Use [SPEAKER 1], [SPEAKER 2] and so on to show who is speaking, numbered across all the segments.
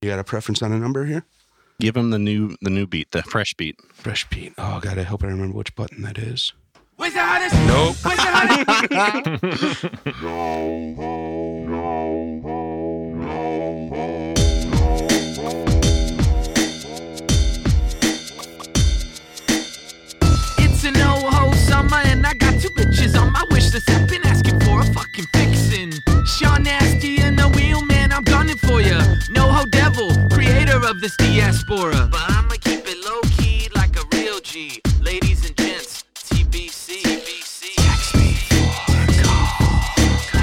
[SPEAKER 1] You got a preference on a number here?
[SPEAKER 2] Give him the new the new beat, the fresh beat.
[SPEAKER 1] Fresh Pete. Oh God, I hope I remember which button that is.
[SPEAKER 3] Where's the hottest? Nope. Where's the hottest? it's an old ho summer and I got two bitches on my wish list. I've been asking for a fucking fixin'. Sean Nasty and the wheel man, I'm gunning for ya. No ho devil, creator of this diaspora. But I'ma keep it low key like a real G. Ladies and gents, TBC. TBC. Text me for a call.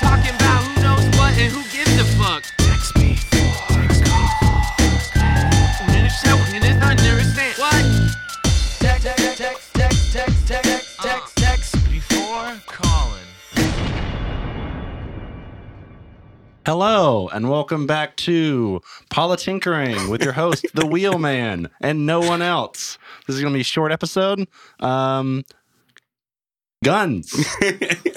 [SPEAKER 3] Talking about who knows what and who gives a fuck. Text me for a call. And it's out and it's understand. What? text, text, text, text, text, text, text, text before calling.
[SPEAKER 2] Hello and welcome back to Politinkering with your host, the Wheelman, and no one else. This is gonna be a short episode. Um, guns.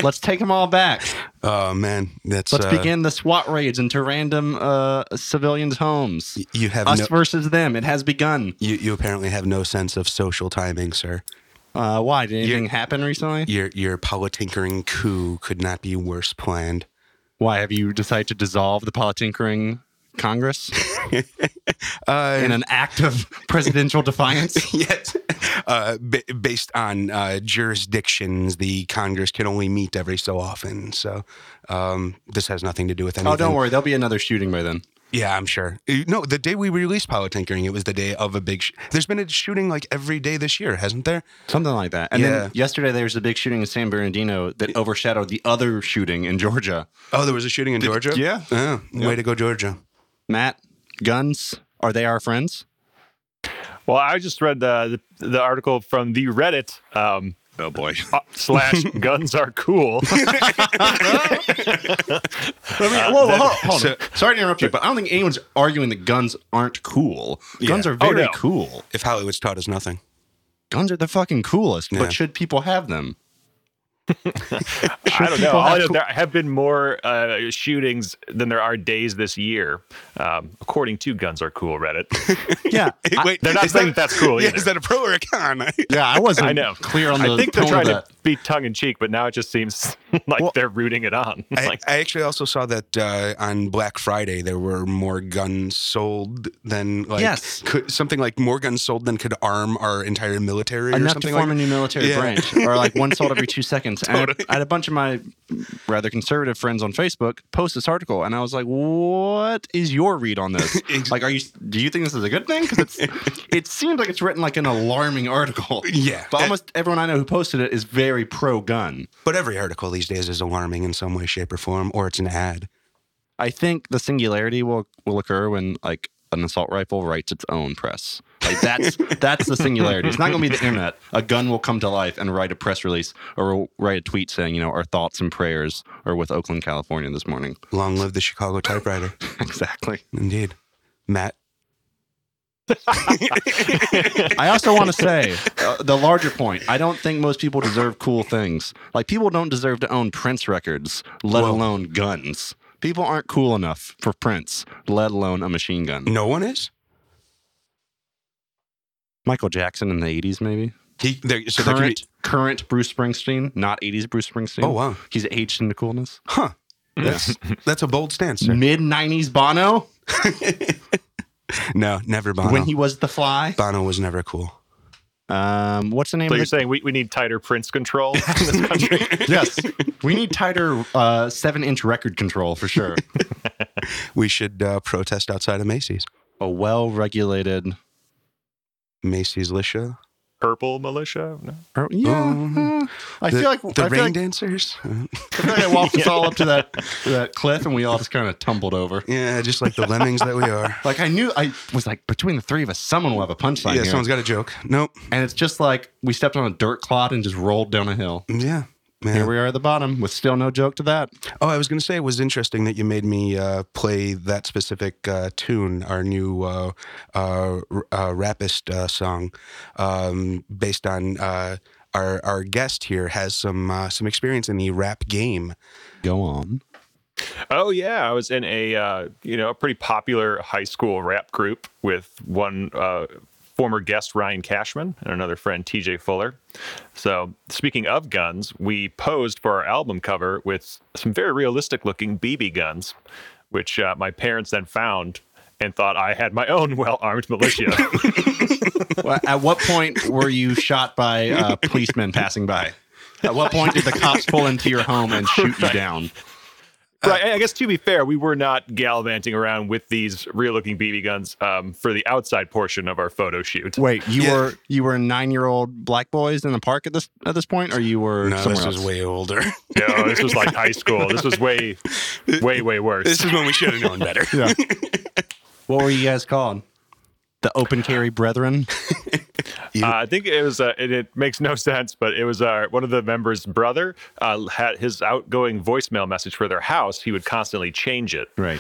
[SPEAKER 2] Let's take them all back.
[SPEAKER 1] Oh man, that's.
[SPEAKER 2] Let's
[SPEAKER 1] uh,
[SPEAKER 2] begin the SWAT raids into random uh, civilians' homes.
[SPEAKER 1] y- You have
[SPEAKER 2] Us
[SPEAKER 1] no,
[SPEAKER 2] versus them. It has begun.
[SPEAKER 1] you, you apparently have no sense of social timing, sir.
[SPEAKER 2] Uh, why did
[SPEAKER 1] You-
[SPEAKER 2] anything happen recently?
[SPEAKER 1] Your your politinkering coup could not be worse planned.
[SPEAKER 2] Why have you decided to dissolve the Politinkering Congress
[SPEAKER 1] Uh,
[SPEAKER 2] in an act of presidential defiance?
[SPEAKER 1] yes, uh, b- based on uh, jurisdictions, the Congress can only meet every so often. So um, this has nothing to do with anything.
[SPEAKER 2] Oh, don't worry, there'll be another shooting by then.
[SPEAKER 1] Yeah, I'm sure. Uh, No, the day we released Politinkering, it was the day of a big. Sh- There's been a shooting like every day this year, hasn't there?
[SPEAKER 2] Something like that. And
[SPEAKER 1] Yeah.
[SPEAKER 2] then yesterday there was a big shooting in San Bernardino that overshadowed the other shooting in Georgia.
[SPEAKER 1] Oh, there was a shooting in Georgia.
[SPEAKER 2] yeah.
[SPEAKER 1] Oh, way to go, Georgia.
[SPEAKER 2] Matt, guns, are they our friends?
[SPEAKER 4] Well, I just read the the, the article from the Reddit um,
[SPEAKER 2] Oh boy.
[SPEAKER 4] uh, slash guns are cool.
[SPEAKER 2] whoa, whoa, hold, hold
[SPEAKER 1] so-
[SPEAKER 2] on. Sorry to interrupt you, but I don't think anyone's arguing that guns aren't cool. Guns
[SPEAKER 1] Yeah.
[SPEAKER 2] are very
[SPEAKER 4] Oh, no.
[SPEAKER 2] cool.
[SPEAKER 1] If Hollywood's taught us nothing,
[SPEAKER 2] Guns are the fucking coolest,
[SPEAKER 1] Yeah.
[SPEAKER 2] but should people have them?
[SPEAKER 4] I don't know.
[SPEAKER 2] People
[SPEAKER 4] All I
[SPEAKER 2] have
[SPEAKER 4] know,
[SPEAKER 2] cool-
[SPEAKER 4] there have been more uh, shootings than there are days this year, um, according to Guns Are Cool Reddit.
[SPEAKER 2] Yeah. I-
[SPEAKER 1] wait,
[SPEAKER 4] They're not
[SPEAKER 1] is
[SPEAKER 4] saying that's cool
[SPEAKER 1] Yeah,
[SPEAKER 4] either.
[SPEAKER 1] is that a pro or a con?
[SPEAKER 2] yeah, I wasn't
[SPEAKER 4] I know.
[SPEAKER 2] clear on the
[SPEAKER 4] I think they're
[SPEAKER 2] tone
[SPEAKER 4] trying
[SPEAKER 2] of
[SPEAKER 4] to
[SPEAKER 2] that.
[SPEAKER 4] be tongue in cheek, but now it just seems like
[SPEAKER 2] Well,
[SPEAKER 4] they're rooting it on.
[SPEAKER 1] I,
[SPEAKER 4] like,
[SPEAKER 1] I actually also saw that uh, on Black Friday there were more guns sold than like
[SPEAKER 2] Yes.
[SPEAKER 1] could, something like more guns sold than could arm our entire military or
[SPEAKER 2] enough to
[SPEAKER 1] something
[SPEAKER 2] form
[SPEAKER 1] like.
[SPEAKER 2] a new military
[SPEAKER 1] Yeah.
[SPEAKER 2] branch, or like one sold every two seconds. And I, I had a bunch of my rather conservative friends on Facebook post this article, and I was like, "What is your read on this?
[SPEAKER 1] Ex-
[SPEAKER 2] like, are you do you think this is a good thing? Because it seems like it's written like an alarming article.
[SPEAKER 1] Yeah.
[SPEAKER 2] but almost everyone I know who posted it is very pro gun.
[SPEAKER 1] But every article these days is alarming in some way, shape, or form, or it's an ad.
[SPEAKER 2] I think the singularity will will occur when like an assault rifle writes its own press. Like that's that's the singularity. It's not going to be the internet. A gun will come to life and write a press release or will write a tweet saying, you know, our thoughts and prayers are with Oakland, California this morning.
[SPEAKER 1] Long live the Chicago typewriter.
[SPEAKER 2] exactly.
[SPEAKER 1] Indeed. Matt.
[SPEAKER 2] I also want to say uh, the larger point. I don't think most people deserve cool things. Like people don't deserve to own Prince records, let
[SPEAKER 1] Whoa.
[SPEAKER 2] alone guns. People aren't cool enough for Prince, let alone a machine gun.
[SPEAKER 1] No one is.
[SPEAKER 2] Michael Jackson in the 80s maybe.
[SPEAKER 1] He, there, so there could be-
[SPEAKER 2] current current Bruce Springsteen, not 80s Bruce Springsteen.
[SPEAKER 1] Oh, wow.
[SPEAKER 2] He's aged into coolness.
[SPEAKER 1] huh. That's, that's a bold stance. Sir.
[SPEAKER 2] Mid 90s Bono,
[SPEAKER 1] No, never Bono.
[SPEAKER 2] when he was the fly.
[SPEAKER 1] Bono was never cool.
[SPEAKER 2] Um, what's the name
[SPEAKER 4] so
[SPEAKER 2] of
[SPEAKER 4] you're
[SPEAKER 2] it?
[SPEAKER 4] saying we, we need tighter Prince control in this country?
[SPEAKER 2] yes. We need tighter uh, seven inch record control for sure.
[SPEAKER 1] We should uh, protest outside of Macy's.
[SPEAKER 2] A well regulated.
[SPEAKER 1] Macy's Lisha.
[SPEAKER 4] Purple militia? No.
[SPEAKER 2] Yeah.
[SPEAKER 1] Um,
[SPEAKER 2] uh, I
[SPEAKER 1] the,
[SPEAKER 2] feel like
[SPEAKER 1] the
[SPEAKER 2] I
[SPEAKER 1] rain
[SPEAKER 2] feel like,
[SPEAKER 1] dancers. Uh,
[SPEAKER 2] I feel like I walked us all up to that to that cliff and we all just kind of tumbled over.
[SPEAKER 1] yeah, just like the lemmings that we are.
[SPEAKER 2] Like I knew I was like between the three of us, someone will have a punchline
[SPEAKER 1] yeah,
[SPEAKER 2] here.
[SPEAKER 1] someone's got a joke. Nope.
[SPEAKER 2] and it's just like we stepped on a dirt clod and just rolled down a hill.
[SPEAKER 1] Yeah. Man.
[SPEAKER 2] Here we are at the bottom with still no joke to that.
[SPEAKER 1] Oh, I was going to say it was interesting that you made me uh, play that specific uh, tune, our new uh, uh, r- uh, rapist uh, song, um, based on uh, our our guest here has some uh, some experience in the rap game.
[SPEAKER 2] Go on.
[SPEAKER 4] Oh yeah, I was in a uh, you know a pretty popular high school rap group with one uh, former guest Ryan Cashman and another friend TJ Fuller. So speaking of guns, we posed for our album cover with some very realistic looking BB guns, which uh, my parents then found and thought I had my own well armed militia.
[SPEAKER 2] Well, At what point were you shot by uh, policemen passing by? At what point did the cops pull into your home and shoot you down?
[SPEAKER 4] Right. I guess to be fair, we were not gallivanting around with these real looking BB guns um, for the outside portion of our photo shoot.
[SPEAKER 2] Wait, you
[SPEAKER 1] Yeah.
[SPEAKER 2] were you were nine year old black boys in the park at this at this point, or you were
[SPEAKER 1] No,
[SPEAKER 2] somewhere
[SPEAKER 1] this
[SPEAKER 2] else?
[SPEAKER 1] was way older.
[SPEAKER 4] No, oh, this was like high school. This was way, way, way
[SPEAKER 1] this
[SPEAKER 4] worse.
[SPEAKER 1] is when we should have known better.
[SPEAKER 2] Yeah. what were you guys called? The open carry brethren.
[SPEAKER 4] Uh, I think it was. Uh, it, it makes no sense, but it was uh, one of the members' brother uh, had his outgoing voicemail message for their house. He would constantly change it
[SPEAKER 2] Right.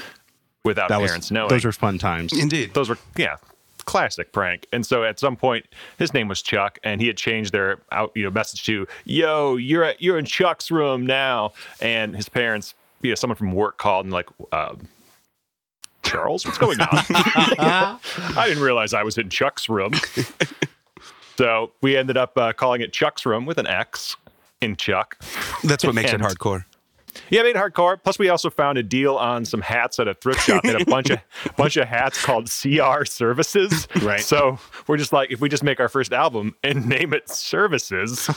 [SPEAKER 4] without
[SPEAKER 2] That was
[SPEAKER 4] parents knowing.
[SPEAKER 2] those were fun times.
[SPEAKER 1] Indeed.
[SPEAKER 4] those were yeah classic prank and so at some point his name was chuck and he had changed their out you know message to yo you're at you're in chuck's room now and his parents you know someone from work called and like uh, charles what's going on i didn't realize i was in chuck's room so we ended up uh, calling it chuck's room with an x in chuck
[SPEAKER 1] That's what makes it
[SPEAKER 4] And-
[SPEAKER 1] hardcore.
[SPEAKER 4] yeah, made hardcore. Plus, we also found a deal on some hats at a thrift shop. They had a bunch of bunch of hats called CR Services.
[SPEAKER 2] Right.
[SPEAKER 4] So we're just like, if we just make our first album and name it Services,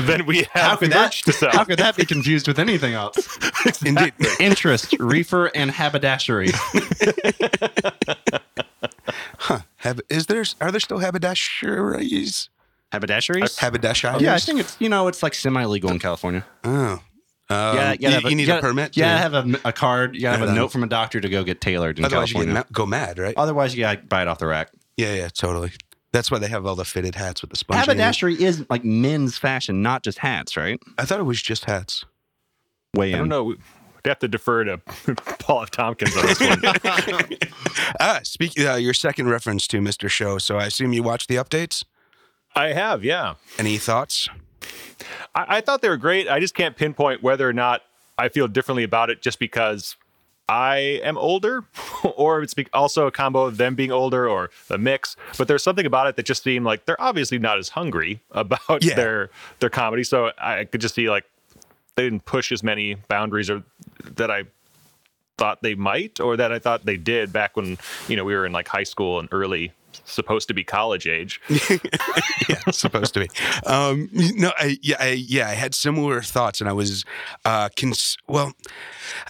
[SPEAKER 4] then we
[SPEAKER 2] How
[SPEAKER 4] have
[SPEAKER 2] could that?
[SPEAKER 4] merch to sell.
[SPEAKER 2] How could that be confused with anything else?
[SPEAKER 1] Indeed.
[SPEAKER 2] Interest, reefer, and haberdashery.
[SPEAKER 1] Hab- is there are there still haberdasheries?
[SPEAKER 2] Haberdasheries?
[SPEAKER 1] Haberdasheries?
[SPEAKER 2] yeah, I think it's you know it's like semi legal in California.
[SPEAKER 1] Oh. Um,
[SPEAKER 2] yeah,
[SPEAKER 1] you, you need a permit.
[SPEAKER 2] Yeah,
[SPEAKER 1] to-
[SPEAKER 2] have a, a card. You gotta have a
[SPEAKER 1] Yeah.
[SPEAKER 2] note from a doctor to go get tailored in
[SPEAKER 1] otherwise you
[SPEAKER 2] California.
[SPEAKER 1] get ma- go mad, right?
[SPEAKER 2] Otherwise, you gotta buy it off the rack.
[SPEAKER 1] Yeah, yeah, totally. That's why they have all the fitted hats with the sponge. in it.
[SPEAKER 2] Haberdashery is like men's fashion, not just hats, right?
[SPEAKER 1] I thought it was just hats.
[SPEAKER 2] Way
[SPEAKER 4] I don't
[SPEAKER 2] in.
[SPEAKER 4] know. We'd have to defer to Paul F. Tompkins on this one.
[SPEAKER 1] Ah, speak uh, your second reference to Mr. Show. So I assume you watch the updates.
[SPEAKER 4] I have, yeah.
[SPEAKER 1] Any thoughts?
[SPEAKER 4] I, I thought they were great. I just can't pinpoint whether or not I feel differently about it just because I am older, or it's be- also a combo of them being older or a mix. But there's something about it that just seemed like they're obviously not as hungry about
[SPEAKER 1] Yeah.
[SPEAKER 4] their their comedy. So I could just see like they didn't push as many boundaries or that I thought they might or that I thought they did back when you know we were in like high school and early supposed to be college age.
[SPEAKER 1] yeah, it's supposed to be. Um, no, I, yeah, I, yeah, I had similar thoughts, and I was, uh, cons- well,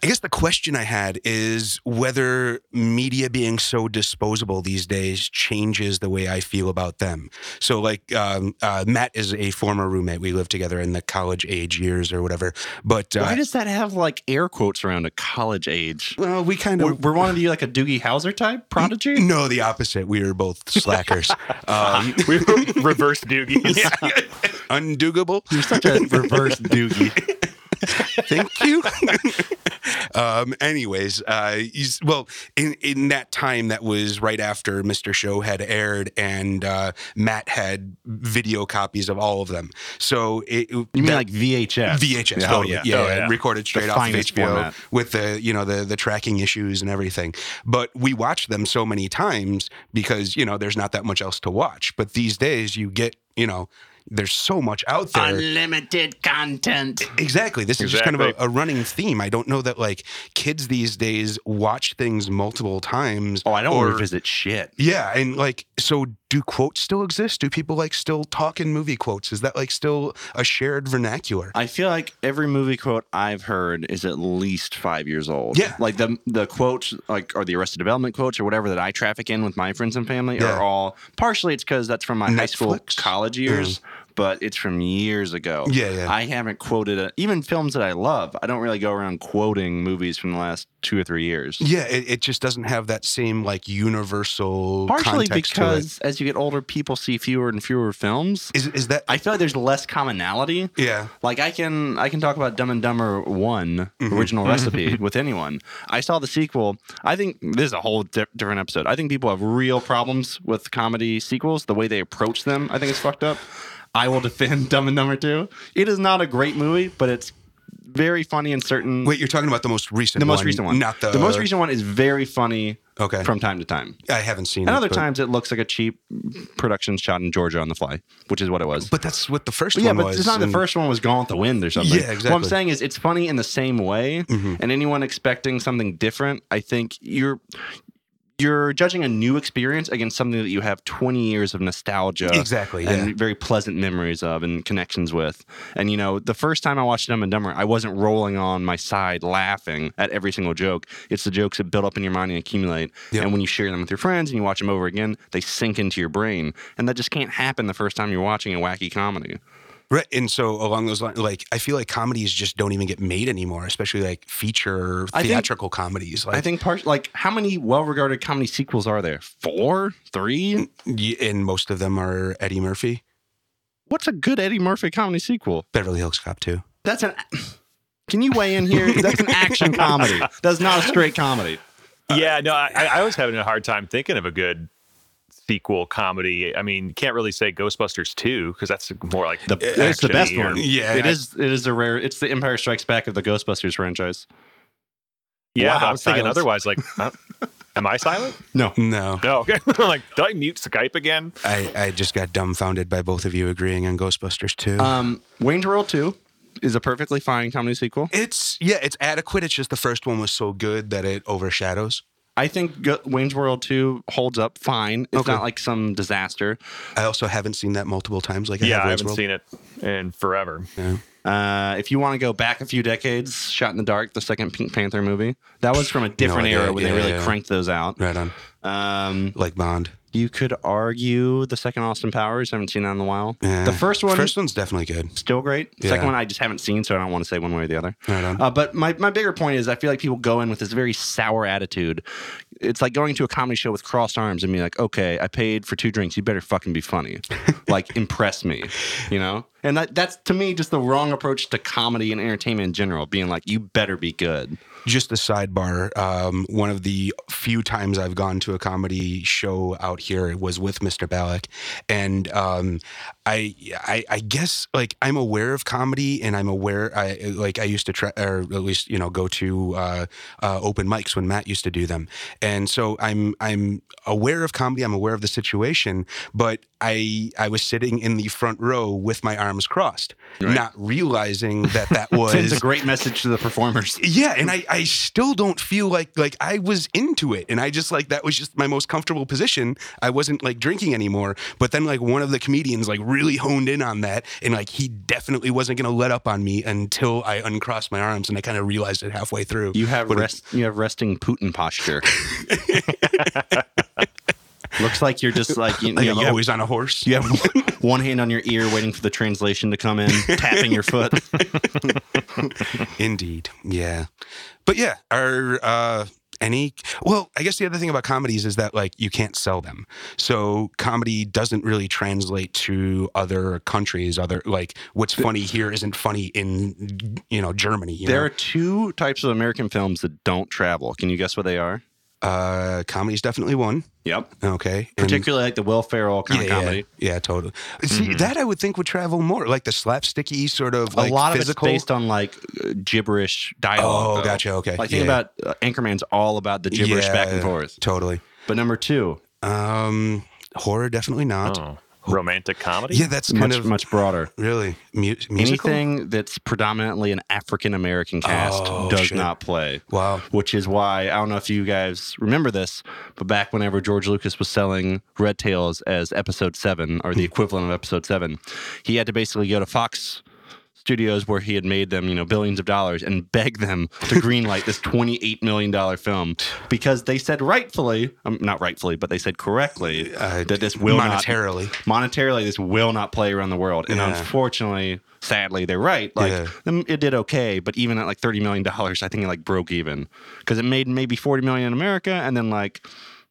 [SPEAKER 1] I guess the question I had is whether media being so disposable these days changes the way I feel about them. So, like, um, uh, Matt is a former roommate. We lived together in the college age years or whatever. But
[SPEAKER 2] Why
[SPEAKER 1] uh,
[SPEAKER 2] does that have like air quotes around it? College age.
[SPEAKER 1] well, we kind
[SPEAKER 2] Were,
[SPEAKER 1] of
[SPEAKER 2] were one of you like a Doogie Howser type prodigy?
[SPEAKER 1] no, the opposite. We were both slackers, um,
[SPEAKER 4] We were reverse doogies.
[SPEAKER 1] undugable.
[SPEAKER 2] You're such a reverse Doogie.
[SPEAKER 1] Thank you. um, anyways, uh, he's- well, in, in that time, that was right after Mr. Show had aired, and uh, Matt had video copies of all of them. So it, you
[SPEAKER 2] You mean like VHS?
[SPEAKER 1] VHS?
[SPEAKER 2] Yeah.
[SPEAKER 1] totally.
[SPEAKER 2] Oh, yeah.
[SPEAKER 1] yeah,
[SPEAKER 4] Oh, yeah.
[SPEAKER 1] recorded straight off of
[SPEAKER 2] finest
[SPEAKER 1] HBO
[SPEAKER 2] format.
[SPEAKER 1] with the you know the the tracking issues and everything. But we watched them so many times because you know there's not that much else to watch. But these days, you get you know. There's so much out there.
[SPEAKER 2] Unlimited content.
[SPEAKER 1] Exactly. This is just kind of a,
[SPEAKER 4] Exactly.
[SPEAKER 1] a running theme. I don't know that like kids these days watch things multiple times.
[SPEAKER 2] Oh, I don't
[SPEAKER 1] or-
[SPEAKER 2] revisit shit.
[SPEAKER 1] Yeah, and like so do quotes still exist? Do people like still talk in movie quotes? Is that like still a shared vernacular?
[SPEAKER 2] I feel like every movie quote I've heard is at least five years old.
[SPEAKER 1] Yeah.
[SPEAKER 2] like the the quotes, like or the Arrested Development quotes or whatever that I traffic in with my friends and family
[SPEAKER 1] Yeah.
[SPEAKER 2] are all partially it's because that's from my high school,
[SPEAKER 1] Netflix? Mm.
[SPEAKER 2] college years, but it's from years ago.
[SPEAKER 1] Yeah, yeah.
[SPEAKER 2] Oh, I haven't quoted a, even films that I love. I don't really go around quoting movies from the last two or three years.
[SPEAKER 1] yeah, it, it just doesn't have that same like universal
[SPEAKER 2] Partially
[SPEAKER 1] context to it.
[SPEAKER 2] because as you get older, people see fewer and fewer films.
[SPEAKER 1] Is is that
[SPEAKER 2] I feel like there's less commonality.
[SPEAKER 1] yeah.
[SPEAKER 2] Like I can I can talk about Dumb and Dumber One
[SPEAKER 1] Mm-hmm.
[SPEAKER 2] original recipe with anyone. I saw the sequel. I think this is a whole di- different episode. I think people have real problems with comedy sequels. The way they approach them, I think is fucked up. I will defend Dumb and Dumber Two. It is not a great movie, but it's very funny in certain.
[SPEAKER 1] Wait, you're talking about the most recent
[SPEAKER 2] the most
[SPEAKER 1] one,
[SPEAKER 2] recent one,
[SPEAKER 1] Not the,
[SPEAKER 2] most recent one is very funny
[SPEAKER 1] Okay.
[SPEAKER 2] from time to time.
[SPEAKER 1] I haven't seen
[SPEAKER 2] And
[SPEAKER 1] it.
[SPEAKER 2] other
[SPEAKER 1] but-
[SPEAKER 2] times it looks like a cheap production shot in Georgia on the fly, which is what it was.
[SPEAKER 1] But that's what the first
[SPEAKER 2] But
[SPEAKER 1] one
[SPEAKER 2] yeah, but
[SPEAKER 1] was.
[SPEAKER 2] it's not the
[SPEAKER 1] and-
[SPEAKER 2] first one was Gone with the Wind or something.
[SPEAKER 1] Yeah,
[SPEAKER 2] What I'm
[SPEAKER 1] exactly.
[SPEAKER 2] saying is it's funny in the same way,
[SPEAKER 1] Mhm.
[SPEAKER 2] and anyone expecting something different, I think you're you're judging a new experience against something that you have 20 years of nostalgia
[SPEAKER 1] Exactly. Yeah.
[SPEAKER 2] and very pleasant memories of and connections with. And you know, the first time I watched Dumb and Dumber, I wasn't rolling on my side laughing at every single joke. It's the jokes that build up in your mind and accumulate.
[SPEAKER 1] Yep.
[SPEAKER 2] And when you share them with your friends and you watch them over again, they sink into your brain. And that just can't happen the first time you're watching a wacky comedy.
[SPEAKER 1] Right. And so along those lines, like I feel like comedies just don't even get made anymore, especially like feature
[SPEAKER 2] I think-
[SPEAKER 1] theatrical comedies. Like
[SPEAKER 2] I think part like how many well-regarded comedy sequels are there? Four, three.
[SPEAKER 1] y- and most of them are Eddie Murphy,
[SPEAKER 2] What's a good Eddie Murphy comedy sequel?
[SPEAKER 1] Beverly Hills Cop 2.
[SPEAKER 2] That's an. Can you weigh in here? That's an action comedy. That's not a straight comedy.
[SPEAKER 4] yeah, no, I, I- I was having a hard time thinking of a good sequel comedy. I mean, you can't really say Ghostbusters 2 because that's more like
[SPEAKER 2] The, it's the
[SPEAKER 4] action
[SPEAKER 2] best
[SPEAKER 4] or-
[SPEAKER 2] one.
[SPEAKER 1] Yeah.
[SPEAKER 2] it is. It is a rare. It's the Empire Strikes Back of the Ghostbusters franchise.
[SPEAKER 4] Yeah, but
[SPEAKER 2] Wow,
[SPEAKER 4] I'm thinking
[SPEAKER 2] silence.
[SPEAKER 4] otherwise. Like, huh? am I silent?
[SPEAKER 2] No,
[SPEAKER 1] No,
[SPEAKER 4] No, okay. I'm like, do I mute Skype again?
[SPEAKER 1] I, I just got dumbfounded by both of you agreeing on Ghostbusters 2.
[SPEAKER 2] um, Wayne's World Two is a perfectly fine comedy sequel.
[SPEAKER 1] it's, yeah, it's adequate. It's just the first one was so good that it overshadows.
[SPEAKER 2] I think Go- Wayne's World Two holds up fine. It's
[SPEAKER 1] Okay.
[SPEAKER 2] not like some disaster.
[SPEAKER 1] I also haven't seen that multiple times. Like, I
[SPEAKER 4] Yeah,
[SPEAKER 1] have
[SPEAKER 4] I
[SPEAKER 1] Wayne's
[SPEAKER 4] haven't
[SPEAKER 1] World.
[SPEAKER 4] seen it in forever.
[SPEAKER 2] Uh, if you want to go back a few decades, Shot in the Dark, the second Pink Panther movie, that was from a different
[SPEAKER 1] idea.
[SPEAKER 2] era when
[SPEAKER 1] Yeah,
[SPEAKER 2] they really
[SPEAKER 1] yeah.
[SPEAKER 2] cranked those out.
[SPEAKER 1] Right on.
[SPEAKER 2] Um,
[SPEAKER 1] Like Bond.
[SPEAKER 2] you could argue the second Austin Powers. Haven't seen that in a while.
[SPEAKER 1] Yeah.
[SPEAKER 2] The first one,
[SPEAKER 1] Eh, First one's definitely good.
[SPEAKER 2] still great.
[SPEAKER 1] Yeah.
[SPEAKER 2] Second one, I just haven't seen, so I don't want to say one way or the other.
[SPEAKER 1] Right on.
[SPEAKER 2] Uh, but my, my bigger point is, I feel like people go in with this very sour attitude. It's like going to a comedy show with crossed arms and being like, "Okay, I paid for two drinks. You better fucking be funny, like impress me," you know. And that, that's to me just the wrong approach to comedy and entertainment in general. Being like, "You better be good."
[SPEAKER 1] Just a sidebar. Um, one of the few times I've gone to a comedy show out here was with Mr. Balak, and um, I, I, I guess like I'm aware of comedy, and I'm aware I like I used to try, or at least you know go to uh, uh, open mics when Matt used to do them, and so I'm I'm aware of comedy. I'm aware of the situation, but I I was sitting in the front row with my arms crossed, not realizing that that
[SPEAKER 2] It's a
[SPEAKER 1] was
[SPEAKER 2] great message to the performers.
[SPEAKER 1] yeah, and I, I still don't feel like like I was into it, and I just like that was just my most comfortable position. I wasn't like drinking anymore, but then like one of the comedians like really honed in on that, and like he definitely wasn't gonna let up on me until I uncrossed my arms, and I kind of realized it halfway through.
[SPEAKER 2] You have
[SPEAKER 1] But it-
[SPEAKER 2] rest. You have resting Putin posture. Looks like you're just like you,
[SPEAKER 1] like
[SPEAKER 2] you know,
[SPEAKER 1] I'm
[SPEAKER 2] you have-
[SPEAKER 1] always on a horse.
[SPEAKER 2] You have one hand on your ear, waiting for the translation to come in, tapping your foot.
[SPEAKER 1] Indeed. Yeah. But yeah, are uh any well, I guess the other thing about comedies is that like you can't sell them. So comedy doesn't really translate to other countries, other like what's funny here isn't funny in you know Germany, you
[SPEAKER 2] There
[SPEAKER 1] know?
[SPEAKER 2] are two types of American films that don't travel. Can you guess what they are?
[SPEAKER 1] uh comedy's definitely one.
[SPEAKER 2] Yep.
[SPEAKER 1] Okay. And-
[SPEAKER 2] Particularly like the Will Ferrell kind
[SPEAKER 1] yeah,
[SPEAKER 2] of
[SPEAKER 1] yeah,
[SPEAKER 2] comedy. Mm-hmm.
[SPEAKER 1] Yeah, totally. See, that I would think would travel more, like the slapsticky sort of like
[SPEAKER 2] a lot
[SPEAKER 1] physical.
[SPEAKER 2] of it's based on like uh, gibberish dialogue.
[SPEAKER 1] Oh,
[SPEAKER 2] though.
[SPEAKER 1] gotcha, okay.
[SPEAKER 2] Like think
[SPEAKER 1] Yeah.
[SPEAKER 2] about uh, Anchorman's all about the gibberish back and
[SPEAKER 1] Yeah,
[SPEAKER 2] forth.
[SPEAKER 1] Totally.
[SPEAKER 2] But number two,
[SPEAKER 1] Um horror definitely not.
[SPEAKER 4] Oh, romantic comedy?
[SPEAKER 1] Yeah, that's kind
[SPEAKER 2] much
[SPEAKER 1] of
[SPEAKER 2] much broader.
[SPEAKER 1] Really? Mu- musical?
[SPEAKER 2] Anything that's predominantly an African American cast
[SPEAKER 1] Oh,
[SPEAKER 2] does
[SPEAKER 1] shit.
[SPEAKER 2] not play.
[SPEAKER 1] Wow.
[SPEAKER 2] which is why I don't know if you guys remember this, but back whenever George Lucas was selling Red Tails as episode seven or the equivalent of episode seven, he had to basically go to Fox Studios where he had made them, you know, billions of dollars and beg them to greenlight this $28 million film because they said rightfully, um, not rightfully, but they said correctly
[SPEAKER 1] Uh,
[SPEAKER 2] that this will not-
[SPEAKER 1] monetarily.
[SPEAKER 2] monetarily this will not play around the world and
[SPEAKER 1] Yeah.
[SPEAKER 2] unfortunately sadly they're right like
[SPEAKER 1] Yeah.
[SPEAKER 2] them- it did okay but even at like 30 million dollars i think it like broke even because it made maybe 40 million in america and then like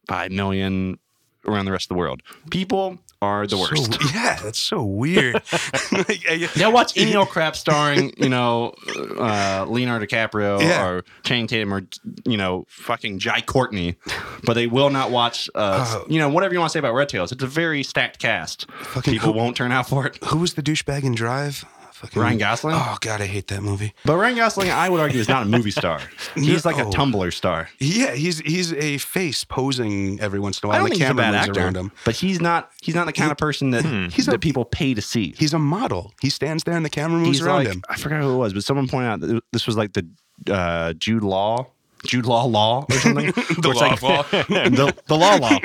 [SPEAKER 2] 5 million around the rest of the world people are the worst
[SPEAKER 1] So- yeah, that's so weird. Like, I-
[SPEAKER 2] now watch any old crap starring, you know, uh, Leonardo DiCaprio
[SPEAKER 1] Yeah.
[SPEAKER 2] or Channing Tatum or you know, fucking Jai Courtney, but they will not watch, uh,
[SPEAKER 1] Oh.
[SPEAKER 2] you know, whatever you want to say about Red Tails. It's a very stacked cast.
[SPEAKER 1] Fucking
[SPEAKER 2] People
[SPEAKER 1] who-
[SPEAKER 2] won't turn out for it.
[SPEAKER 1] Who was the douchebag in Drive? fucking
[SPEAKER 2] Ryan Gosling.
[SPEAKER 1] Oh god, I hate that movie.
[SPEAKER 2] But Ryan Gosling, I would argue, is not a movie star. He's like a
[SPEAKER 1] No.
[SPEAKER 2] Tumblr star.
[SPEAKER 1] Yeah, he's he's a face posing every once in a
[SPEAKER 2] I
[SPEAKER 1] while.
[SPEAKER 2] don't
[SPEAKER 1] the
[SPEAKER 2] think he's a
[SPEAKER 1] camera
[SPEAKER 2] bad
[SPEAKER 1] moves
[SPEAKER 2] actor,
[SPEAKER 1] around him.
[SPEAKER 2] but he's not. He's not the kind of person that
[SPEAKER 1] He's
[SPEAKER 2] that
[SPEAKER 1] a-
[SPEAKER 2] people pay to see.
[SPEAKER 1] He's a model. Hmm. He stands there and the camera moves
[SPEAKER 2] He's
[SPEAKER 1] around
[SPEAKER 2] like,
[SPEAKER 1] him.
[SPEAKER 2] I forgot who it was, but someone pointed out that this was like the uh, Jude Law, Jude Law Law or something. the
[SPEAKER 1] Law
[SPEAKER 2] like, the, the Law Law.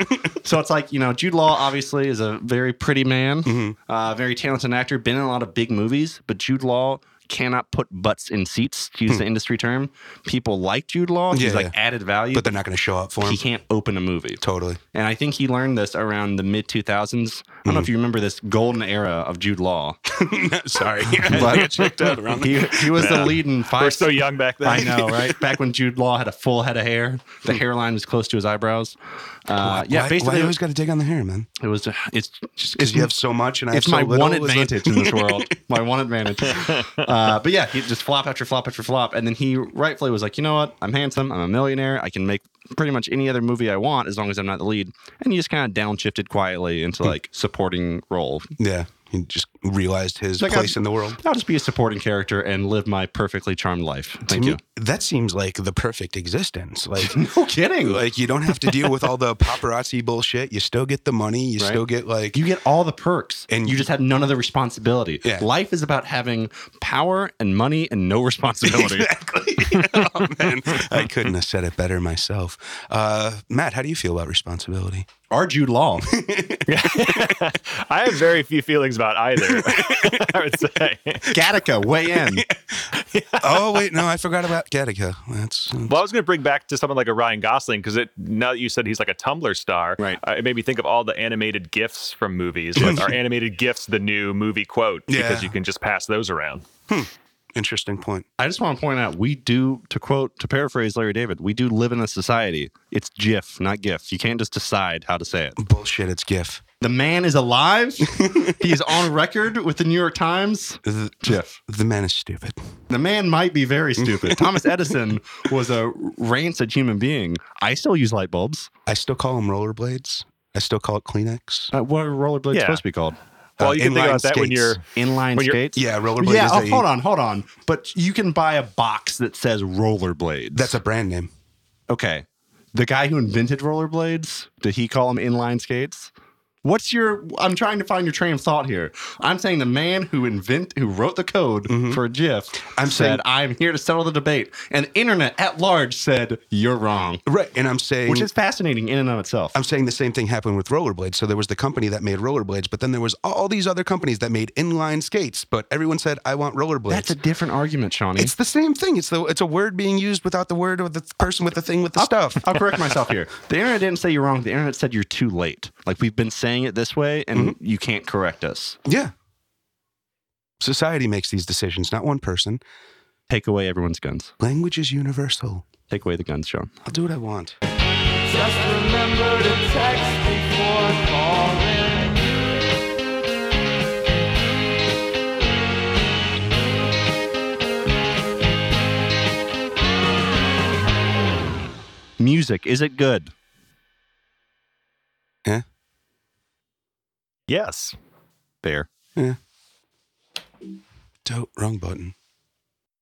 [SPEAKER 2] So it's like you know, Jude Law obviously is a very pretty man,
[SPEAKER 1] Mm-hmm.
[SPEAKER 2] uh, very talented actor, been in a lot of big movies, but Jude Law. Cannot put butts in seats, to use the industry term. People like Jude Law. He's
[SPEAKER 1] Hmm. Yeah,
[SPEAKER 2] like
[SPEAKER 1] yeah.
[SPEAKER 2] added value,
[SPEAKER 1] But they're not going to show up for
[SPEAKER 2] he
[SPEAKER 1] him.
[SPEAKER 2] can't open a movie.
[SPEAKER 1] Totally.
[SPEAKER 2] And I think he learned this around the mid 2000s. I don't know if you remember this golden era of Jude Law.
[SPEAKER 1] Sorry, I got checked out around.
[SPEAKER 2] He, he was the lead in
[SPEAKER 4] We're
[SPEAKER 2] five.
[SPEAKER 4] so young back then.
[SPEAKER 2] I know, right? Back when Jude Law had a full head of hair, the hairline was close to his eyebrows. Uh, yeah,
[SPEAKER 1] why, why
[SPEAKER 2] basically,
[SPEAKER 1] you
[SPEAKER 2] it
[SPEAKER 1] always
[SPEAKER 2] was,
[SPEAKER 1] got to dig on the hair, man?
[SPEAKER 2] it was it's just
[SPEAKER 1] Because you have so much, and I have
[SPEAKER 2] it's
[SPEAKER 1] so
[SPEAKER 2] my
[SPEAKER 1] little.
[SPEAKER 2] one
[SPEAKER 1] It's like-
[SPEAKER 2] advantage in this world. My one advantage. Uh, but yeah, he just flop after flop after flop, and then he rightfully was like, you know what? I'm handsome. I'm a millionaire. I can make pretty much any other movie I want as long as I'm not the lead. And he just kind of downshifted quietly into
[SPEAKER 1] Hmm.
[SPEAKER 2] like supporting role.
[SPEAKER 1] yeah, he just realized his
[SPEAKER 2] Like,
[SPEAKER 1] place
[SPEAKER 2] I'm-
[SPEAKER 1] in the world.
[SPEAKER 2] I'll just be a supporting character and live my perfectly charmed life. Thank
[SPEAKER 1] To
[SPEAKER 2] you.
[SPEAKER 1] me, that seems like the perfect existence. Like,
[SPEAKER 2] No kidding.
[SPEAKER 1] like you don't have to deal with all the paparazzi bullshit. You still get the money. You
[SPEAKER 2] Right.
[SPEAKER 1] still get like
[SPEAKER 2] You get all the perks, and
[SPEAKER 1] And
[SPEAKER 2] you
[SPEAKER 1] you-
[SPEAKER 2] just have none of the responsibility.
[SPEAKER 1] Yeah.
[SPEAKER 2] Life is about having power and money and no responsibility.
[SPEAKER 1] exactly. oh, man. I couldn't have said it better myself. Uh, Matt, how do you feel about responsibility?
[SPEAKER 2] Our Jude Law.
[SPEAKER 4] I have very few feelings about either. I would say.
[SPEAKER 2] Gattaca, weigh in.
[SPEAKER 1] oh wait, no, I forgot about Gattaca. That's
[SPEAKER 4] Well, I was going to bring back to someone like a Ryan Gosling because it now that you said he's like a Tumblr star,
[SPEAKER 2] Right.
[SPEAKER 4] Uh, it made me think of all the animated gifs from movies. Like, are animated gifs the new movie quote?
[SPEAKER 1] Yeah.
[SPEAKER 4] Because you can just pass those around.
[SPEAKER 1] interesting point.
[SPEAKER 2] I just want to point out we do, to quote, to paraphrase Larry David, we do live in a society. It's GIF, not GIF. You can't just decide how to say it.
[SPEAKER 1] Bullshit. It's GIF.
[SPEAKER 2] The man is alive. he is on record with the New York Times.
[SPEAKER 1] The,
[SPEAKER 2] GIF.
[SPEAKER 1] the man is stupid.
[SPEAKER 2] The man might be very stupid. Thomas Edison was a rancid human being. I still use light bulbs.
[SPEAKER 1] I still call them rollerblades. I still call it Kleenex.
[SPEAKER 2] Uh, what are rollerblades
[SPEAKER 4] Yeah.
[SPEAKER 2] supposed to be called?
[SPEAKER 4] Well, you can think
[SPEAKER 1] inline
[SPEAKER 4] about that when
[SPEAKER 1] skates.
[SPEAKER 4] you're
[SPEAKER 2] Inline
[SPEAKER 4] When you're-
[SPEAKER 2] skates?
[SPEAKER 1] Yeah, rollerblades.
[SPEAKER 2] Yeah,
[SPEAKER 1] is
[SPEAKER 2] oh,
[SPEAKER 1] a-
[SPEAKER 2] hold on, hold on. But you can buy a box that says rollerblades.
[SPEAKER 1] That's a brand name.
[SPEAKER 2] okay. The guy who invented rollerblades, did he call them inline skates? What's your? I'm trying to find your train of thought here. I'm saying the man who invent who wrote the code for a GIF.
[SPEAKER 1] I'm saying-
[SPEAKER 2] said Mm-hmm. I'm here to settle the debate, and the internet at large said you're wrong,
[SPEAKER 1] Right. And I'm saying
[SPEAKER 2] which is fascinating in and of itself.
[SPEAKER 1] I'm saying the same thing happened with rollerblades. So there was the company that made rollerblades, but then there was all these other companies that made inline skates, but everyone said I want rollerblades.
[SPEAKER 2] That's a different argument, Shawnee.
[SPEAKER 1] it's the same thing. It's the it's a word being used without the word or the th- person with the thing with the stuff.
[SPEAKER 2] I'll correct myself here. The internet didn't say you're wrong. The internet said you're too late. Like we've been saying it this way, and you can't correct us.
[SPEAKER 1] Yeah. Society makes these decisions, not one person.
[SPEAKER 2] Take away everyone's guns.
[SPEAKER 1] Language is universal.
[SPEAKER 2] Take away the guns, Sean.
[SPEAKER 1] I'll do what I want.
[SPEAKER 3] Just remember to text before calling.
[SPEAKER 2] Music is it good?
[SPEAKER 4] yes.
[SPEAKER 2] Fair.
[SPEAKER 1] Dope. Wrong button.